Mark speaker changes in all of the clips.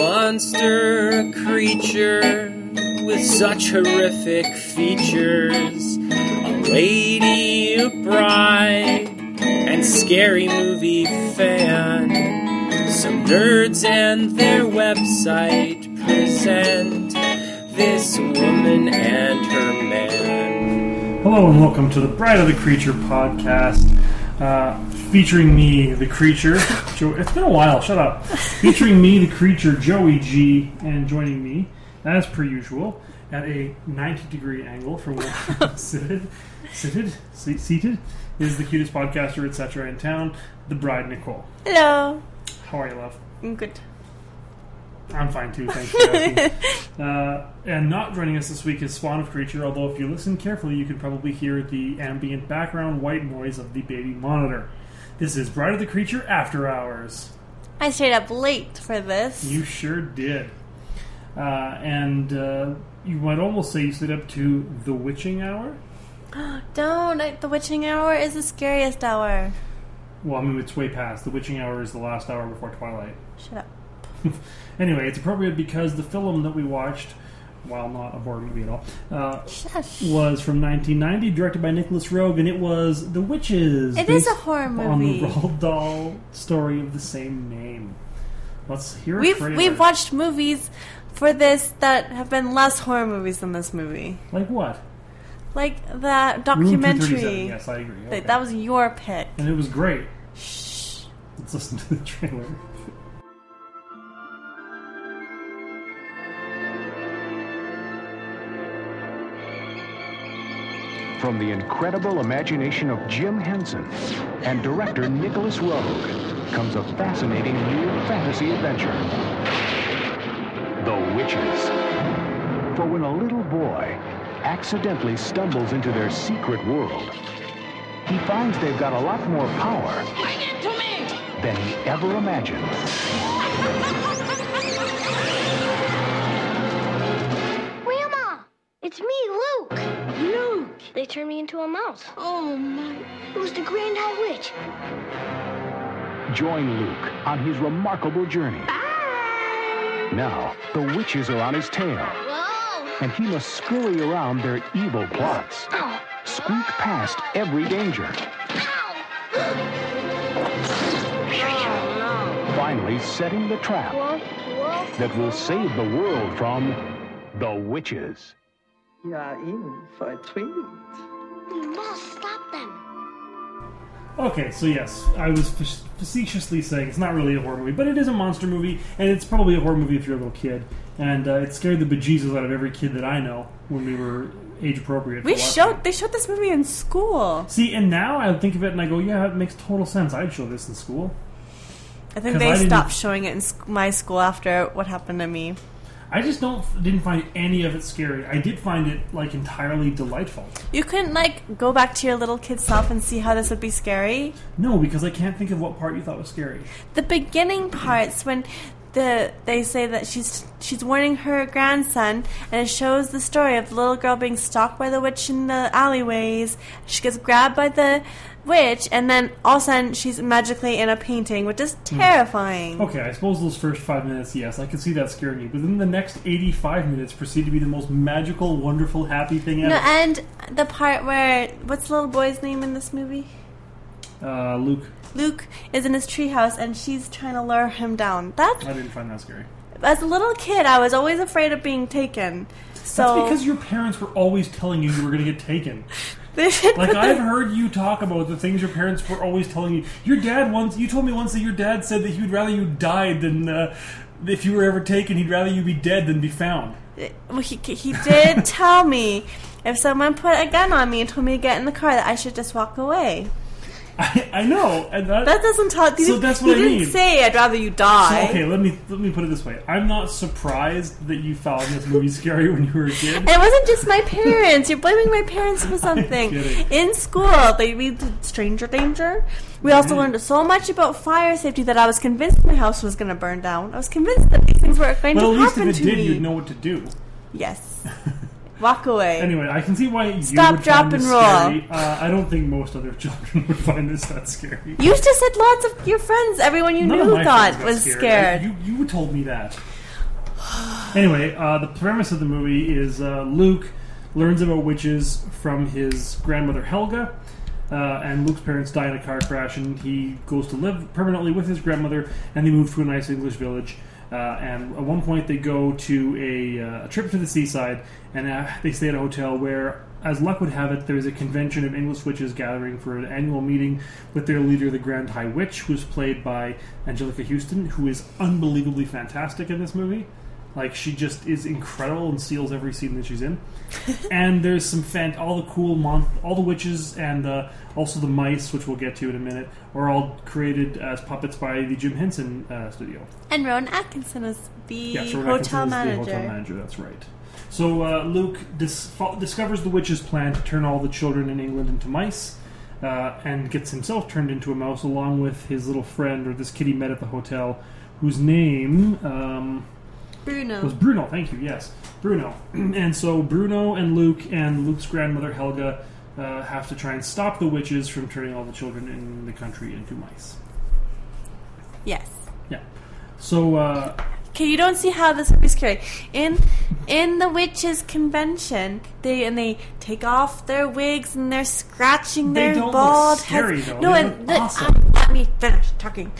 Speaker 1: monster, a creature with such horrific features. A lady, a bride, and scary movie fan. Some nerds and their website present this woman and her man.
Speaker 2: Hello and welcome to the Bride of the Creature podcast, uh, featuring me, the creature. Joe, it's been a while. Shut up. Featuring me, the creature, Joey G, and joining me, as per usual, at a ninety degree angle from where I'm seated, seated, se- seated, is the cutest podcaster etc. in town, the Bride Nicole.
Speaker 3: Hello.
Speaker 2: How are you, love?
Speaker 3: I'm good.
Speaker 2: I'm fine too, thanks for asking. uh, and not joining us this week is Spawn of Creature, although if you listen carefully, you can probably hear the ambient background white noise of the baby monitor. This is Bride of the Creature After Hours.
Speaker 3: I stayed up late for this.
Speaker 2: You sure did. Uh, and uh, you might almost say you stayed up to the witching hour?
Speaker 3: Don't. I, the witching hour is the scariest hour.
Speaker 2: Well, I mean, it's way past. The witching hour is the last hour before twilight.
Speaker 3: Shut up.
Speaker 2: Anyway, it's appropriate because the film that we watched, while not a horror movie at all, uh,
Speaker 3: Shush.
Speaker 2: was from 1990, directed by Nicholas Rogue, and it was The Witches.
Speaker 3: It is
Speaker 2: based
Speaker 3: a horror
Speaker 2: on the
Speaker 3: movie.
Speaker 2: Roald Dahl story of the same name. Let's hear a
Speaker 3: We've
Speaker 2: trailer.
Speaker 3: we've watched movies for this that have been less horror movies than this movie,
Speaker 2: like what
Speaker 3: like that
Speaker 2: Room
Speaker 3: documentary.
Speaker 2: 237, Yes, I agree.
Speaker 3: Like,
Speaker 2: Okay.
Speaker 3: That was your pick.
Speaker 2: and it was great.
Speaker 3: Shh.
Speaker 2: Let's listen to the trailer.
Speaker 4: from the incredible imagination of Jim Henson and director Nicholas Rogue comes a fascinating new fantasy adventure. The Witches. For when a little boy accidentally stumbles into their secret world, he finds they've got a lot more power
Speaker 5: Bring it to me!
Speaker 4: than he ever imagined.
Speaker 6: Grandma, it's me, Luke. Luke. They turned me into a mouse.
Speaker 5: Oh my.
Speaker 6: It was the Grand High Witch.
Speaker 4: Join Luke on his remarkable journey. Now, the witches are on his tail,
Speaker 6: Whoa.
Speaker 4: and he must scurry around their evil plots.
Speaker 6: Ow.
Speaker 4: squeak past every danger.
Speaker 6: Oh,
Speaker 4: Finally, setting the trap
Speaker 6: Whoa. Oh, Whoa.
Speaker 4: that will save the world from the witches.
Speaker 7: You are in for a treat.
Speaker 6: You must stop them.
Speaker 2: Okay, so yes, I was fac- facetiously saying it's not really a horror movie, but it is a monster movie, and it's probably a horror movie if you're a little kid. And uh, it scared the bejesus out of every kid that I know when we were age appropriate. for
Speaker 3: We
Speaker 2: watching it.
Speaker 3: showed they showed this movie in school.
Speaker 2: See, and now I think of it and I go, yeah, it makes total sense. I'd show this in school.
Speaker 3: I
Speaker 2: 'Cause
Speaker 3: think they
Speaker 2: I didn't-
Speaker 3: stopped showing it in sc- my school after what happened to me.
Speaker 2: I just don't didn't find any of it scary. I did find it like entirely delightful.
Speaker 3: You couldn't like go back to your little kid self and see how this would be scary.
Speaker 2: No, because I can't think of what part you thought was scary.
Speaker 3: the beginning parts when the they say that she's she's warning her grandson and it shows the story of the little girl being stalked by the witch in the alleyways she gets grabbed by the witch and then all of a sudden she's magically in a painting which is terrifying
Speaker 2: Hmm. Okay, I suppose those first five minutes, yes, I could see that scaring you. But then the next eighty-five minutes proceed to be the most magical, wonderful, happy thing ever.
Speaker 3: no, and the part where what's the little boy's name in this movie
Speaker 2: uh, Luke,
Speaker 3: luke is in his treehouse and she's trying to lure him down that's
Speaker 2: I didn't find that scary.
Speaker 3: as a little kid i was always afraid of being taken
Speaker 2: That's
Speaker 3: so
Speaker 2: because your parents were always telling you you were going to get taken.
Speaker 3: they should
Speaker 2: Like
Speaker 3: put
Speaker 2: I've heard you talk about the things your parents were always telling you. Your dad once you told me once that your dad said that he would rather you died than uh, if you were ever taken, he'd rather you be dead than be found.
Speaker 3: Well, he, he did tell me if someone put a gun on me and told me to get in the car that I should just walk away.
Speaker 2: I, I know, and that,
Speaker 3: That doesn't tell. He,
Speaker 2: So that's what
Speaker 3: he
Speaker 2: I
Speaker 3: didn't
Speaker 2: mean.
Speaker 3: say I'd rather you
Speaker 2: So,
Speaker 3: die.
Speaker 2: okay. Let me let me put it this way. I'm not surprised that you found this movie scary when you were a kid.
Speaker 3: And it wasn't just my parents. You're blaming my parents for something.
Speaker 2: kidding.
Speaker 3: In school, they we did stranger danger. We also
Speaker 2: Mm-hmm.
Speaker 3: learned so much about fire safety that I was convinced my house was going to burn down. I was convinced that these things were going
Speaker 2: But at
Speaker 3: to
Speaker 2: least
Speaker 3: happen
Speaker 2: if it
Speaker 3: to
Speaker 2: did,
Speaker 3: me.
Speaker 2: you'd know what to do.
Speaker 3: Yes, walk away.
Speaker 2: Anyway, I can see why you
Speaker 3: Stop,
Speaker 2: would
Speaker 3: drop,
Speaker 2: find this
Speaker 3: and roll.
Speaker 2: scary. Uh, I don't think most other children would find this that scary.
Speaker 3: You just said lots of your friends, everyone you
Speaker 2: None of
Speaker 3: knew
Speaker 2: my
Speaker 3: thought
Speaker 2: friends got
Speaker 3: was
Speaker 2: scared.
Speaker 3: scared.
Speaker 2: You you told me that. Anyway, uh, the premise of the movie is uh, Luke learns about witches from his grandmother Helga, uh, and Luke's parents die in a car crash, and he goes to live permanently with his grandmother, and they move to a nice English village. Uh, and at one point, they go to a, uh, a trip to the seaside, and uh, they stay at a hotel where, as luck would have it, there's a convention of English witches gathering for an annual meeting with their leader, the Grand High Witch, who's played by Angelica Houston, who is unbelievably fantastic in this movie. Like she just is incredible and seals every scene that she's in. and there's some fan, all the cool month, all the witches and uh, also the mice, which we'll get to in a minute, are all created as puppets by the Jim Henson uh, studio.
Speaker 3: And Rowan Atkinson was the
Speaker 2: Rebecca
Speaker 3: hotel
Speaker 2: Sims is
Speaker 3: manager.
Speaker 2: The hotel manager. That's right. So uh, Luke dis- fo- discovers the witch's plan to turn all the children in England into mice, uh, and gets himself turned into a mouse along with his little friend or this kid he met at the hotel, whose name. Um,
Speaker 3: Bruno.
Speaker 2: it was Bruno, thank you, yes. Bruno. and so Bruno and Luke and Luke's grandmother Helga uh, have to try and stop the witches from turning all the children in the country into mice.
Speaker 3: yes.
Speaker 2: Yeah. So, uh,
Speaker 3: Okay, you don't see how this movie's scary. In in the witches convention, they and they take off their wigs and they're scratching
Speaker 2: They
Speaker 3: their
Speaker 2: don't look
Speaker 3: bald
Speaker 2: scary,
Speaker 3: heads.
Speaker 2: though.
Speaker 3: No,
Speaker 2: They
Speaker 3: and
Speaker 2: look
Speaker 3: the- um,
Speaker 2: awesome.
Speaker 3: let me finish talking.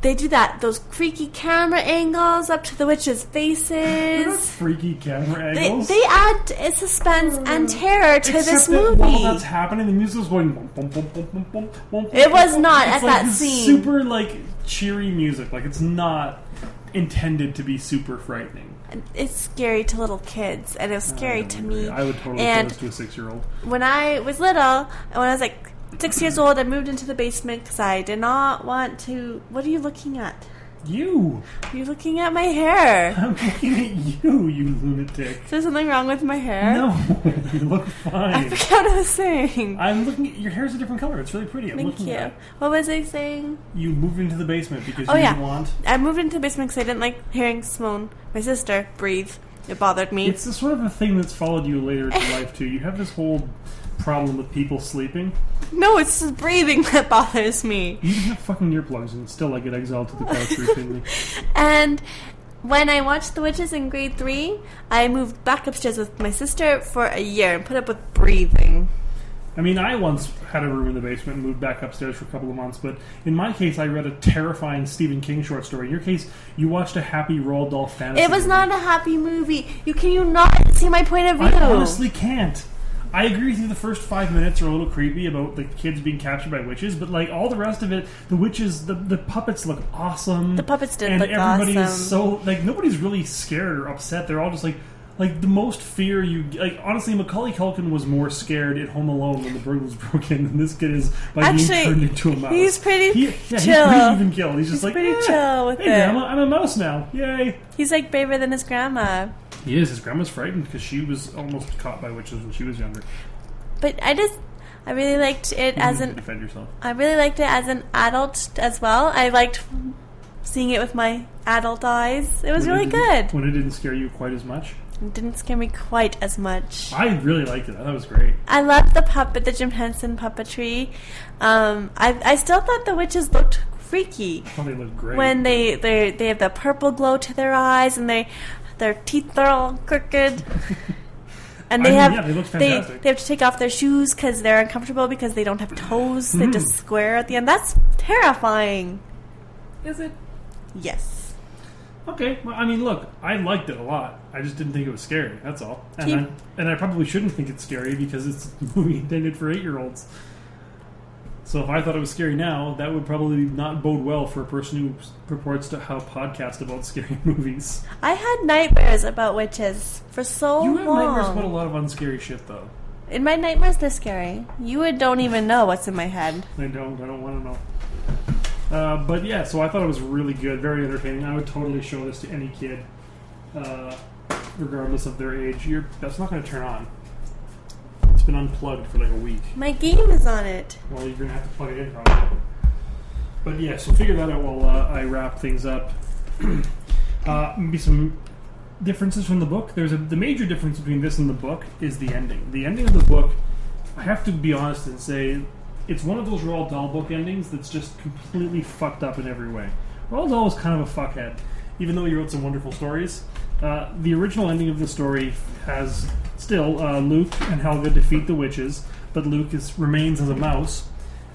Speaker 3: They do that. Those creaky camera angles up to the witches' faces.
Speaker 2: freaky camera
Speaker 3: They,
Speaker 2: angles.
Speaker 3: they add uh, suspense and terror to
Speaker 2: Except
Speaker 3: this
Speaker 2: that
Speaker 3: movie.
Speaker 2: While that's happening, the music's going. Bum, bum, bum, bum, bum, bum, bum,
Speaker 3: It was
Speaker 2: bum,
Speaker 3: not
Speaker 2: it's
Speaker 3: at
Speaker 2: like
Speaker 3: that
Speaker 2: this
Speaker 3: scene.
Speaker 2: Super like cheery music. Like it's not intended to be super frightening.
Speaker 3: it's scary to little kids, and it was scary to me.
Speaker 2: I would totally show
Speaker 3: and
Speaker 2: this to a six-year-old.
Speaker 3: when I was little, when I was like six years old, I moved into the basement because I did not want to. What are you looking at?
Speaker 2: You,
Speaker 3: You're looking at my hair.
Speaker 2: I'm looking at you, you lunatic.
Speaker 3: Is there something wrong with my hair?
Speaker 2: No, you look
Speaker 3: I
Speaker 2: fine.
Speaker 3: forgot what I was saying.
Speaker 2: I'm looking. At, your hair's a different color. It's really pretty. I'm
Speaker 3: Thank
Speaker 2: looking
Speaker 3: you.
Speaker 2: at it.
Speaker 3: What was I saying?
Speaker 2: You moved into the basement because
Speaker 3: Oh,
Speaker 2: you
Speaker 3: yeah.
Speaker 2: didn't want.
Speaker 3: I moved into the basement because I didn't like hearing Simone, my sister, breathe. It bothered me.
Speaker 2: It's the sort of a thing that's followed you later in life too. You have this whole problem with people sleeping.
Speaker 3: no, it's just breathing that bothers me.
Speaker 2: You didn't have fucking earplugs, and still I get exiled to the couch routinely.
Speaker 3: And when I watched The Witches in grade three, I moved back upstairs with my sister for a year and put up with breathing.
Speaker 2: I mean, I once had a room in the basement and moved back upstairs for a couple of months, but in my case, I read a terrifying Stephen King short story. In your case, you watched a happy Roald Dahl fantasy.
Speaker 3: It was
Speaker 2: movie.
Speaker 3: not a happy movie. You can you not see my point of view?
Speaker 2: I honestly can't. I agree with you. The first five minutes are a little creepy about the kids being captured by witches, but like all the rest of it, the witches, the, the puppets look awesome. The
Speaker 3: puppets did
Speaker 2: and
Speaker 3: look
Speaker 2: everybody
Speaker 3: awesome.
Speaker 2: is so like nobody's really scared or upset. They're all just like like the most fear you like. Honestly, Macaulay Culkin was more scared at Home Alone when the burglars broke in than this kid is by
Speaker 3: Actually,
Speaker 2: being turned into a mouse.
Speaker 3: he's pretty
Speaker 2: He- yeah,
Speaker 3: chill.
Speaker 2: He's pretty even killed. He's just
Speaker 3: He's
Speaker 2: like
Speaker 3: pretty
Speaker 2: "Eh,
Speaker 3: chill with
Speaker 2: hey,
Speaker 3: it."
Speaker 2: Grandma, I'm a mouse now. Yay!
Speaker 3: He's like braver than his grandma.
Speaker 2: He is. His grandma's frightened because she was almost caught by witches when she was younger.
Speaker 3: But I just I really liked it
Speaker 2: Hmm.
Speaker 3: as an
Speaker 2: defend yourself.
Speaker 3: I really liked it as an adult as well. I liked seeing it with my adult eyes. It was
Speaker 2: When it
Speaker 3: really
Speaker 2: didn't-
Speaker 3: good.
Speaker 2: When it didn't scare you quite as much,
Speaker 3: It didn't scare me quite as much.
Speaker 2: I really liked it. I thought it was great.
Speaker 3: I loved the puppet, the Jim Henson puppetry. Um, I, I still thought the witches looked freaky
Speaker 2: I thought they looked great.
Speaker 3: when they they they have the purple glow to their eyes and they their teeth are all crooked.
Speaker 2: I
Speaker 3: And they
Speaker 2: mean,
Speaker 3: have
Speaker 2: yeah, they look
Speaker 3: they,
Speaker 2: fantastic.
Speaker 3: they have to take off their shoes because they're uncomfortable because they don't have toes. They're just
Speaker 2: Hmm.
Speaker 3: square at the end. That's terrifying.
Speaker 2: is it
Speaker 3: Yes.
Speaker 2: okay? Well, I mean, look, I liked it a lot. I just didn't think it was scary. That's all. And
Speaker 3: Keep-
Speaker 2: I, and I probably shouldn't think it's scary because it's a movie intended for eight-year-olds. So if I thought it was scary now, that would probably not bode well for a person who purports to have a podcast about scary movies.
Speaker 3: I had nightmares about witches for so
Speaker 2: You have
Speaker 3: long.
Speaker 2: nightmares about a lot of unscary shit, though.
Speaker 3: in my nightmares, they're scary. You would don't even know what's in my head.
Speaker 2: I don't. I don't want to know. Uh, but yeah, so I thought it was really good, very entertaining. I would totally show this to any kid, uh, regardless of their age. You're, that's not going to turn on. It's been unplugged for like a week.
Speaker 3: My game is on it.
Speaker 2: Well, you're going to have to plug it in probably. But yeah, so figure that out while uh, I wrap things up. uh, maybe some differences from the book. There's a the major difference between this and the book is the ending. The ending of the book, I have to be honest and say, it's one of those Roald Dahl book endings that's just completely fucked up in every way. Roald Dahl was kind of a fuckhead, even though he wrote some wonderful stories, uh, the original ending of the story has still uh, Luke and Helga defeat the witches, but Luke is, remains as a mouse.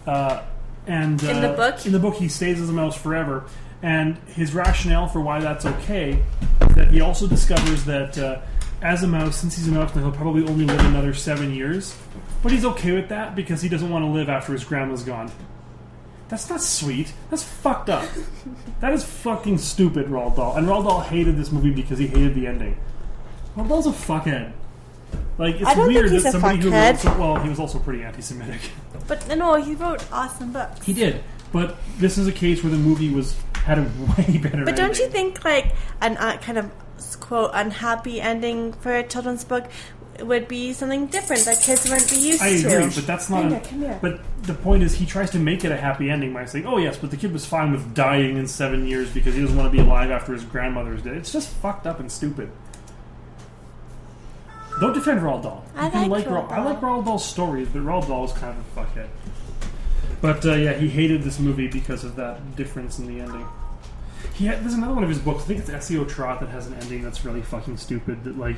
Speaker 2: Uh, and uh,
Speaker 3: In the book?
Speaker 2: in the book, he stays as a mouse forever. And his rationale for why that's okay is that he also discovers that uh, as a mouse, since he's a mouse, now, he'll probably only live another seven years. But he's okay with that because he doesn't want to live after his grandma's gone. That's not sweet. That's fucked up. that is fucking stupid, Roald Dahl. And Roald Dahl hated this movie because he hated the ending. Roald Dahl's a fuckhead. Like it's
Speaker 8: I don't think
Speaker 2: weird
Speaker 8: he's
Speaker 2: that
Speaker 8: a
Speaker 2: somebody who
Speaker 8: fuckhead.
Speaker 2: wrote so- well, he was also pretty anti-Semitic.
Speaker 3: But no, he wrote awesome books.
Speaker 2: He did, but this is a case where the movie was had a way better.
Speaker 3: But don't
Speaker 2: ending.
Speaker 3: you think like an uh, kind of quote unhappy ending for a children's book would be something different that kids wouldn't be used
Speaker 2: I
Speaker 3: to?
Speaker 2: agree, but that's not.
Speaker 3: Come
Speaker 2: a-
Speaker 3: here, come here.
Speaker 2: But the point is, he tries to make it a happy ending by saying, "Oh yes, but the kid was fine with dying in seven years because he doesn't want to be alive after his grandmother's dead." It's just fucked up and stupid. Don't defend Roald Dahl.
Speaker 3: I
Speaker 2: You can
Speaker 3: like
Speaker 2: Roald-
Speaker 3: Roald
Speaker 2: I like Roald Dahl's stories, but Roald Dahl is kind of a fuckhead. But uh, yeah, he hated this movie because of that difference in the ending. He had, there's another one of his books. I think it's SEO Trot that has an ending that's really fucking stupid. That like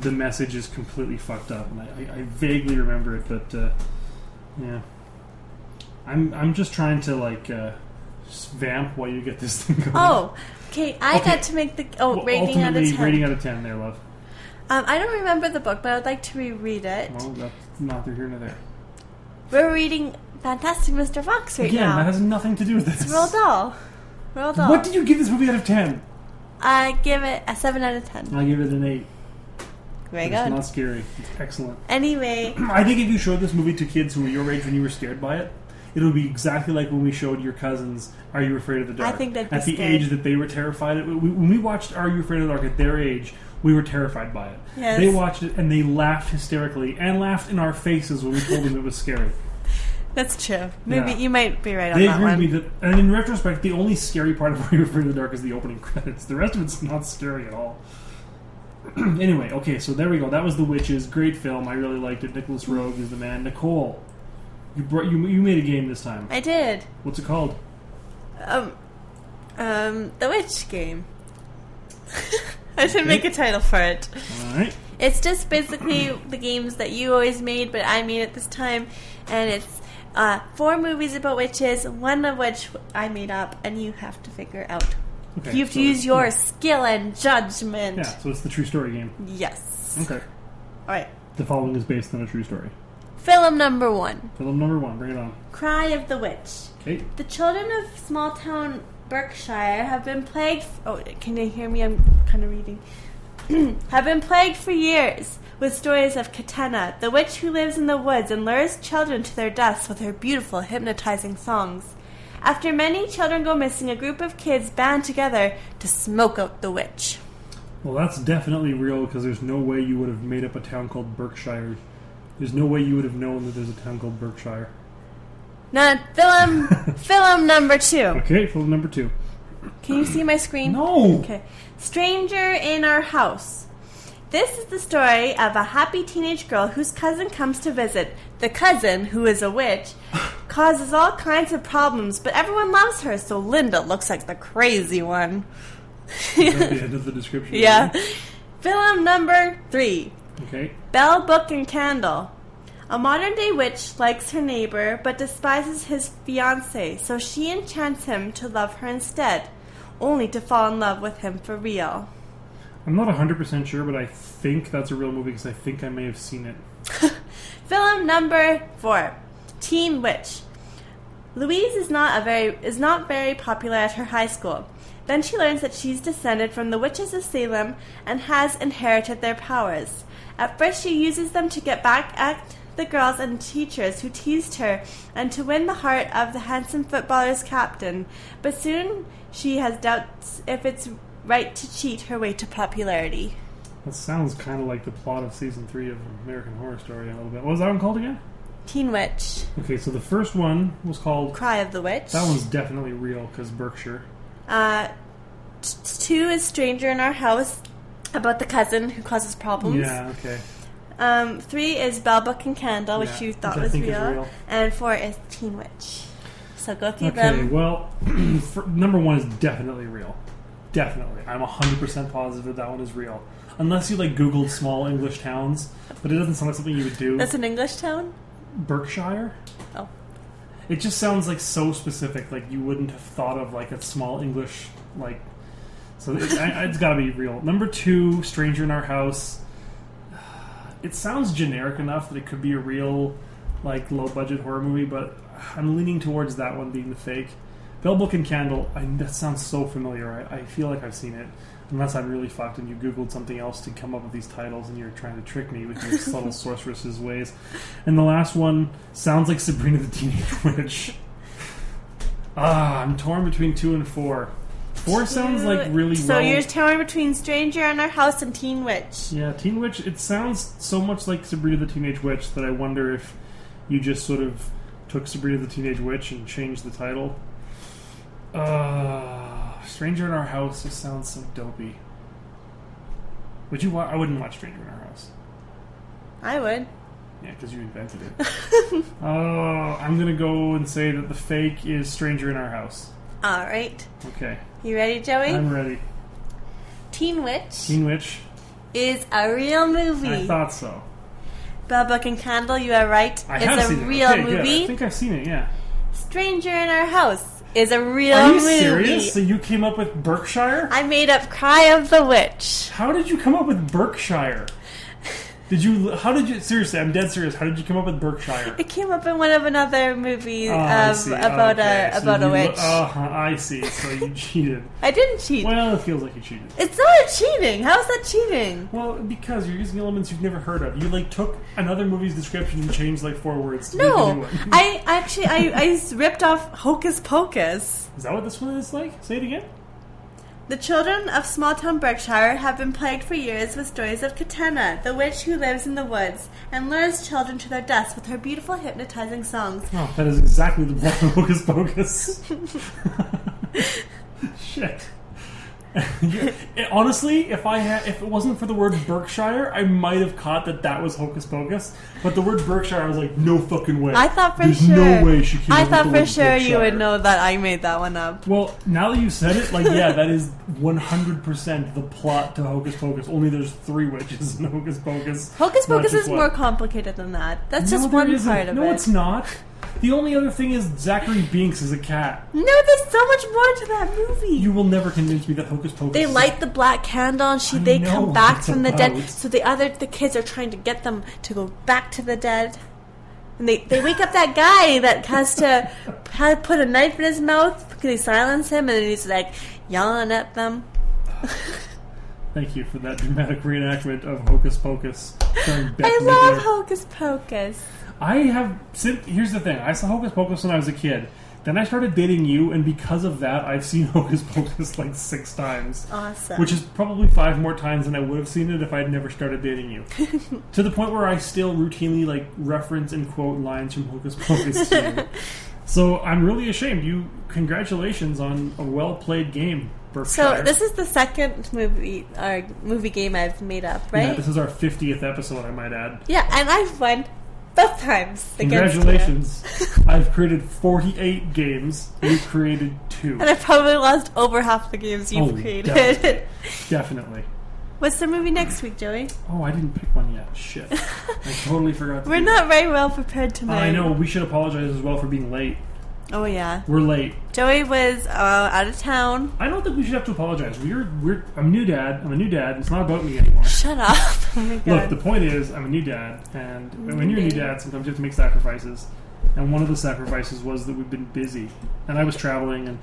Speaker 2: the message is completely fucked up, and I, I, I vaguely remember it, but uh, yeah, I'm I'm just trying to like uh, s- vamp while you get this thing going.
Speaker 3: Oh, okay. I
Speaker 2: Okay.
Speaker 3: got to make the oh
Speaker 2: Well,
Speaker 3: rating out of
Speaker 2: ultimately,
Speaker 3: ten.
Speaker 2: rating out of ten, there, love.
Speaker 3: Um, I don't remember the book, but I would like to reread it.
Speaker 2: Well, that's neither here nor there.
Speaker 3: We're reading Fantastic Mr. Fox right
Speaker 2: Again,
Speaker 3: now.
Speaker 2: that has nothing to do with this.
Speaker 3: it's Roald Dahl. Roald Dahl.
Speaker 2: What did you give this movie out of ten?
Speaker 3: I give it a seven out of ten.
Speaker 2: I give it an eight.
Speaker 3: Very
Speaker 2: It's
Speaker 3: good.
Speaker 2: not scary. It's excellent.
Speaker 3: Anyway,
Speaker 2: I think if you showed this movie to kids who were your age when you were scared by it, it'll be exactly like when we showed your cousins "Are You Afraid of the Dark."
Speaker 3: I think they'd be
Speaker 2: at the
Speaker 3: scared.
Speaker 2: age that they were terrified. It, we, when we watched "Are You Afraid of the Dark" at their age, we were terrified by it.
Speaker 3: Yes.
Speaker 2: They watched it and they laughed hysterically and laughed in our faces when we told them it was scary.
Speaker 3: that's true. Maybe
Speaker 2: Yeah.
Speaker 3: you might be right on
Speaker 2: They
Speaker 3: that
Speaker 2: agreed with
Speaker 3: one.
Speaker 2: me that, and in retrospect, the only scary part of "Are You Afraid of the Dark" is the opening credits. The rest of it's not scary at all. anyway, okay, so there we go. That was The Witches. Great film. I really liked it. Nicholas Rogue is the man. Nicole, you brought you you made a game this time.
Speaker 3: I did.
Speaker 2: What's it called?
Speaker 3: Um, um, the witch game. I
Speaker 2: Hmm?
Speaker 3: should make a title for it.
Speaker 2: All right.
Speaker 3: It's just basically the games that you always made, but I made it this time, and it's uh, four movies about witches, one of which I made up, and you have to figure out.
Speaker 2: Okay,
Speaker 3: You have to
Speaker 2: so-
Speaker 3: use your skill and judgment.
Speaker 2: Yeah, so it's the true story game.
Speaker 3: Yes.
Speaker 2: Okay.
Speaker 3: All right.
Speaker 2: The following is based on a true story.
Speaker 3: Film number one:
Speaker 2: Film number one. Bring it on.
Speaker 3: Cry of the Witch.
Speaker 2: Okay.
Speaker 3: The children of small town Berkshire have been plagued. Oh, can you hear me? I'm kind of reading. have been plagued for years with stories of Katana, the witch who lives in the woods and lures children to their deaths with her beautiful, hypnotizing songs. After many children go missing, a group of kids band together to smoke out the witch.
Speaker 2: Well, that's definitely real because there's no way you would have made up a town called Berkshire. There's no way you would have known that there's a town called Berkshire.
Speaker 3: Now, film, film number two.
Speaker 2: Okay, film number two.
Speaker 3: Can you see my screen?
Speaker 2: No.
Speaker 3: Okay. Stranger in Our House. This is the story of a happy teenage girl whose cousin comes to visit. The cousin, who is a witch, causes all kinds of problems, but everyone loves her, so Linda looks like the crazy one.
Speaker 2: That's the end of the description.
Speaker 3: yeah. Film number three.
Speaker 2: Okay.
Speaker 3: Bell, Book, and Candle. A modern day witch likes her neighbor but despises his fiance, so she enchants him to love her instead, only to fall in love with him for real.
Speaker 2: I'm not 100% sure, but I think that's a real movie because I think I may have seen it.
Speaker 3: Film number four Teen Witch. Louise is not a very is not very popular at her high school. Then she learns that she's descended from the witches of Salem and has inherited their powers. At first she uses them to get back at the girls and teachers who teased her and to win the heart of the handsome footballer's captain, but soon she has doubts if it's right to cheat her way to popularity.
Speaker 2: That sounds kind of like the plot of season three of American Horror Story a little bit. What was that one called again?
Speaker 3: Teen Witch,
Speaker 2: Okay, so the first one was called.
Speaker 3: Cry of the Witch.
Speaker 2: That one's definitely real because Berkshire.
Speaker 3: Uh, t- two is Stranger in Our House, about the cousin who causes problems.
Speaker 2: Yeah, okay.
Speaker 3: Um, three is Bell, Book, and Candle, which
Speaker 2: Yeah,
Speaker 3: you thought
Speaker 2: which I
Speaker 3: was
Speaker 2: think is
Speaker 3: real.
Speaker 2: real.
Speaker 3: And four is Teen Witch. So go through
Speaker 2: Okay,
Speaker 3: them.
Speaker 2: well, for, number one is definitely real. Definitely. I'm 100% positive that that one is real. Unless you like Googled small English towns, but it doesn't sound like something you would do.
Speaker 3: That's an English town?
Speaker 2: Berkshire?
Speaker 3: Oh.
Speaker 2: It just sounds like so specific, like you wouldn't have thought of like a small English, like. So it's, I- it's gotta be real. Number two, Stranger in Our House. It sounds generic enough that it could be a real, like, low budget horror movie, but I'm leaning towards that one being the fake. Bell Book and Candle, I, that sounds so familiar. I, I feel like I've seen it. Unless I'm really fucked and you Googled something else to come up with these titles and you're trying to trick me with your subtle sorceress's ways. And the last one sounds like Sabrina the Teenage Witch. Ah, I'm torn between two and four. Four sounds like really
Speaker 3: So
Speaker 2: well.
Speaker 3: you're torn between Stranger in Our House and Teen Witch.
Speaker 2: Yeah, Teen Witch. It sounds so much like Sabrina the Teenage Witch that I wonder if you just sort of took Sabrina the Teenage Witch and changed the title. Uh, Stranger in Our House just sounds so dopey. Would you? Wa- I wouldn't watch Stranger in Our House.
Speaker 3: I would.
Speaker 2: Yeah, because you invented it. Oh, I'm gonna go and say that the fake is Stranger in Our House.
Speaker 3: All right.
Speaker 2: Okay,
Speaker 3: You ready, Joey?
Speaker 2: I'm ready.
Speaker 3: Teen Witch
Speaker 2: Teen Witch.
Speaker 3: is a real
Speaker 2: I
Speaker 3: movie.
Speaker 2: thought so.
Speaker 3: Bell Book and Candle, you are right.
Speaker 2: I
Speaker 3: it's
Speaker 2: have
Speaker 3: a
Speaker 2: seen it.
Speaker 3: real
Speaker 2: Okay, good.
Speaker 3: movie.
Speaker 2: I think I've seen it. Yeah.
Speaker 3: Stranger in Our House is a real
Speaker 2: Are you
Speaker 3: movie.
Speaker 2: serious? So you came up with Berkshire?
Speaker 3: I made up Cry of the Witch.
Speaker 2: How did you come up with Berkshire? Did you? How did you? Seriously, I'm dead serious. How did you come up with Berkshire?
Speaker 3: It came up in one of another movies
Speaker 2: Oh, I
Speaker 3: of,
Speaker 2: see.
Speaker 3: Um, about
Speaker 2: Okay,
Speaker 3: a
Speaker 2: so
Speaker 3: about a
Speaker 2: you-
Speaker 3: witch.
Speaker 2: Uh-huh, I see. So you cheated.
Speaker 3: I didn't cheat.
Speaker 2: Well, it feels like you cheated.
Speaker 3: It's not cheating. How is that cheating?
Speaker 2: Well, because you're using elements you've never heard of. You like took another movie's description and changed like four words to make a new
Speaker 3: No,
Speaker 2: one.
Speaker 3: I actually I, I s- ripped off Hocus Pocus.
Speaker 2: Is that what this one is like? Say it again.
Speaker 3: The children of small town Berkshire have been plagued for years with stories of Katana, the witch who lives in the woods and lures children to their deaths with her beautiful hypnotizing songs.
Speaker 2: Oh, that is exactly the plot of Hocus Pocus. Shit. You- it- honestly, if I had, if it wasn't for the word Berkshire, I might have caught that that was Hocus Pocus. But the word Berkshire, I was like, no fucking way.
Speaker 3: I thought for
Speaker 2: There's
Speaker 3: sure.
Speaker 2: no way she came up
Speaker 3: I
Speaker 2: with
Speaker 3: thought
Speaker 2: the
Speaker 3: for
Speaker 2: word
Speaker 3: sure you would
Speaker 2: Berkshire.
Speaker 3: know that I made that one up.
Speaker 2: Well, now that you said it, like, yeah, that is 100% the plot to Hocus Pocus. Only there's three witches in Hocus Pocus.
Speaker 3: Hocus
Speaker 2: not
Speaker 3: Pocus
Speaker 2: just
Speaker 3: is
Speaker 2: one.
Speaker 3: more complicated than that. That's
Speaker 2: No,
Speaker 3: just
Speaker 2: there
Speaker 3: one
Speaker 2: isn't.
Speaker 3: part of
Speaker 2: No,
Speaker 3: it.
Speaker 2: it's not. The only other thing is Zachary Binks is a cat.
Speaker 3: No, there's so much more to that movie.
Speaker 2: You will never convince me that Hocus Pocus.
Speaker 3: they
Speaker 2: is-
Speaker 3: light the black candle and she
Speaker 2: I
Speaker 3: they
Speaker 2: know
Speaker 3: come
Speaker 2: what
Speaker 3: back
Speaker 2: it's
Speaker 3: from the
Speaker 2: about.
Speaker 3: dead. So the other the kids are trying to get them to go back to the dead. And they, they wake up that guy that has to ha- put a knife in his mouth because they silence him and he's like yelling at them.
Speaker 2: Thank you for that dramatic reenactment of Hocus Pocus. starring Bette
Speaker 3: I love
Speaker 2: Midler.
Speaker 3: Hocus Pocus.
Speaker 2: I have. sin- Here's the thing. I saw Hocus Pocus when I was a kid. Then I started dating you, and because of that, I've seen Hocus Pocus like six times.
Speaker 3: Awesome.
Speaker 2: Which is probably five more times than I would have seen it if I'd never started dating you. to the point where I still routinely like reference and quote lines from Hocus Pocus to you. So I'm really ashamed. You congratulations on a well played game, Berkshire.
Speaker 3: so this is the second movie or movie game I've made up,
Speaker 2: Yeah,
Speaker 3: right?
Speaker 2: this is our 50th episode, I might add.
Speaker 3: Yeah, and I've won both times. against you.
Speaker 2: Congratulations. I've created 48 games. You created two.
Speaker 3: And I probably lost over half the games you've
Speaker 2: Oh,
Speaker 3: created.
Speaker 2: definitely. Definitely.
Speaker 3: What's the movie next week, Joey?
Speaker 2: Oh, I didn't pick one yet. Shit. I totally forgot to
Speaker 3: We're
Speaker 2: do
Speaker 3: not very well prepared
Speaker 2: that.
Speaker 3: tonight.
Speaker 2: I know. We should apologize as well for being late.
Speaker 3: Oh yeah,
Speaker 2: We're late.
Speaker 3: Joey was uh, out of town.
Speaker 2: I don't think we should have to apologize. We're, we're, I'm a new dad. I'm a new dad. It's not about me anymore.
Speaker 3: Shut up! Oh my
Speaker 2: Look,
Speaker 3: god.
Speaker 2: the point is, I'm a new dad, and when you're a new dad, sometimes you have to make sacrifices. And one of the sacrifices was that we've been busy, and I was traveling, and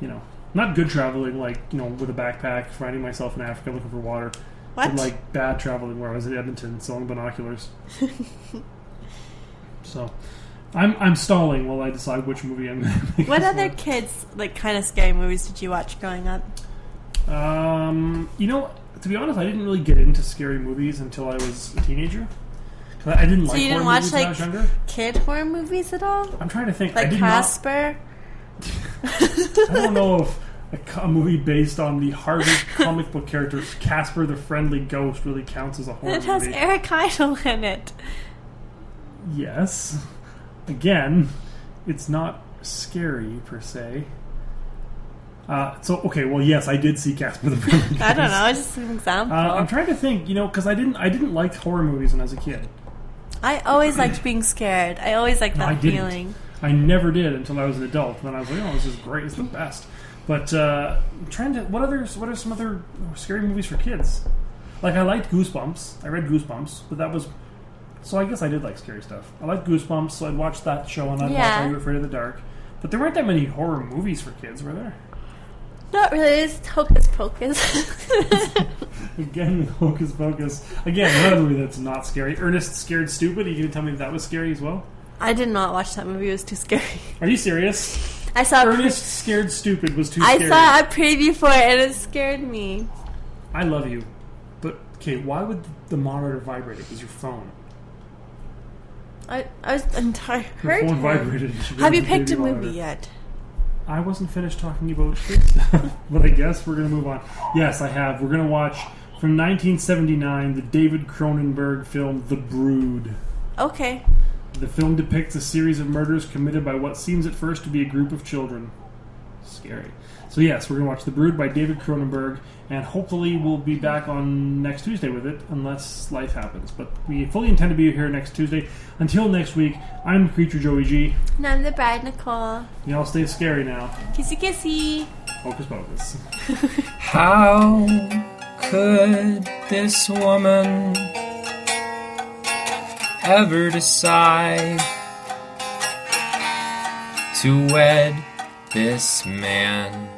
Speaker 2: you know, not good traveling, like you know, with a backpack, finding myself in Africa looking for water,
Speaker 3: what?
Speaker 2: but like bad traveling where I was in Edmonton selling binoculars. so, I'm I'm stalling while I decide which movie I'm. Gonna make
Speaker 3: what
Speaker 2: this
Speaker 3: other
Speaker 2: month.
Speaker 3: kids like kind of scary movies did you watch growing up?
Speaker 2: Um, you know, to be honest, I didn't really get into scary movies until I was a teenager. 'Cause I I didn't like
Speaker 3: you didn't
Speaker 2: horror
Speaker 3: watch,
Speaker 2: movies when I
Speaker 3: like,
Speaker 2: was younger.
Speaker 3: Kid horror movies at all?
Speaker 2: I'm trying to think. I
Speaker 3: Like
Speaker 2: did
Speaker 3: Casper?
Speaker 2: not. I don't know if a, co- a movie based on the Harvard comic book character Casper the Friendly Ghost really counts as a horror
Speaker 3: It has
Speaker 2: movie.
Speaker 3: Eric Idle in it.
Speaker 2: yes. Again, it's not scary per se. Uh, so okay, well, yes, I did see Casper the Friendly Ghost.
Speaker 3: I don't know. It's just an example.
Speaker 2: Uh, I'm trying to think, you know, because I didn't, I didn't like horror movies when I was a kid.
Speaker 3: I always liked being scared. I always liked
Speaker 2: No,
Speaker 3: that
Speaker 2: I didn't.
Speaker 3: feeling.
Speaker 2: I never did until I was an adult. Then I was like, oh, this is great. It's the best. But uh, I'm trying to what other what are some other scary movies for kids? Like I liked Goosebumps. I read Goosebumps, but that was so I guess I did like scary stuff. I liked Goosebumps, so I'd watch that show and I'd
Speaker 3: Yeah.
Speaker 2: watch Are You Afraid of the Dark. But there weren't that many horror movies for kids, were there?
Speaker 3: Not really. It's hocus pocus.
Speaker 2: Again, with Hocus Pocus. Again, another movie that's not scary. Ernest Scared Stupid. Are you going to tell me that was scary as well?
Speaker 3: I did not watch that movie. It was too scary.
Speaker 2: Are you serious?
Speaker 3: I saw. a pre-
Speaker 2: Ernest Scared Stupid was too
Speaker 3: I
Speaker 2: scary.
Speaker 3: saw a preview for it and it scared me.
Speaker 2: I love you, but okay, why would the monitor vibrate? It was your phone.
Speaker 3: I, I was entire
Speaker 2: Your
Speaker 3: hurt.
Speaker 2: phone
Speaker 3: him.
Speaker 2: vibrated. should
Speaker 3: Have
Speaker 2: be
Speaker 3: you
Speaker 2: on the
Speaker 3: picked a
Speaker 2: baby
Speaker 3: movie
Speaker 2: monitor.
Speaker 3: yet?
Speaker 2: I wasn't finished talking about kids stuff, but I guess we're gonna move on. Yes, I have. We're gonna watch from 1979 the David Cronenberg film *The Brood*.
Speaker 3: Okay.
Speaker 2: The film depicts a series of murders committed by what seems at first to be a group of children. Scary. So yes, we're gonna watch *The Brood* by David Cronenberg, and hopefully we'll be back on next Tuesday with it, unless life happens. But we fully intend to be here next Tuesday. Until next week, I'm Creature Joey G.
Speaker 3: And I'm the bride, Nicole.
Speaker 2: Y'all stay scary now.
Speaker 3: Kissy kissy.
Speaker 2: Focus, focus.
Speaker 1: How could this woman ever decide to wed this man?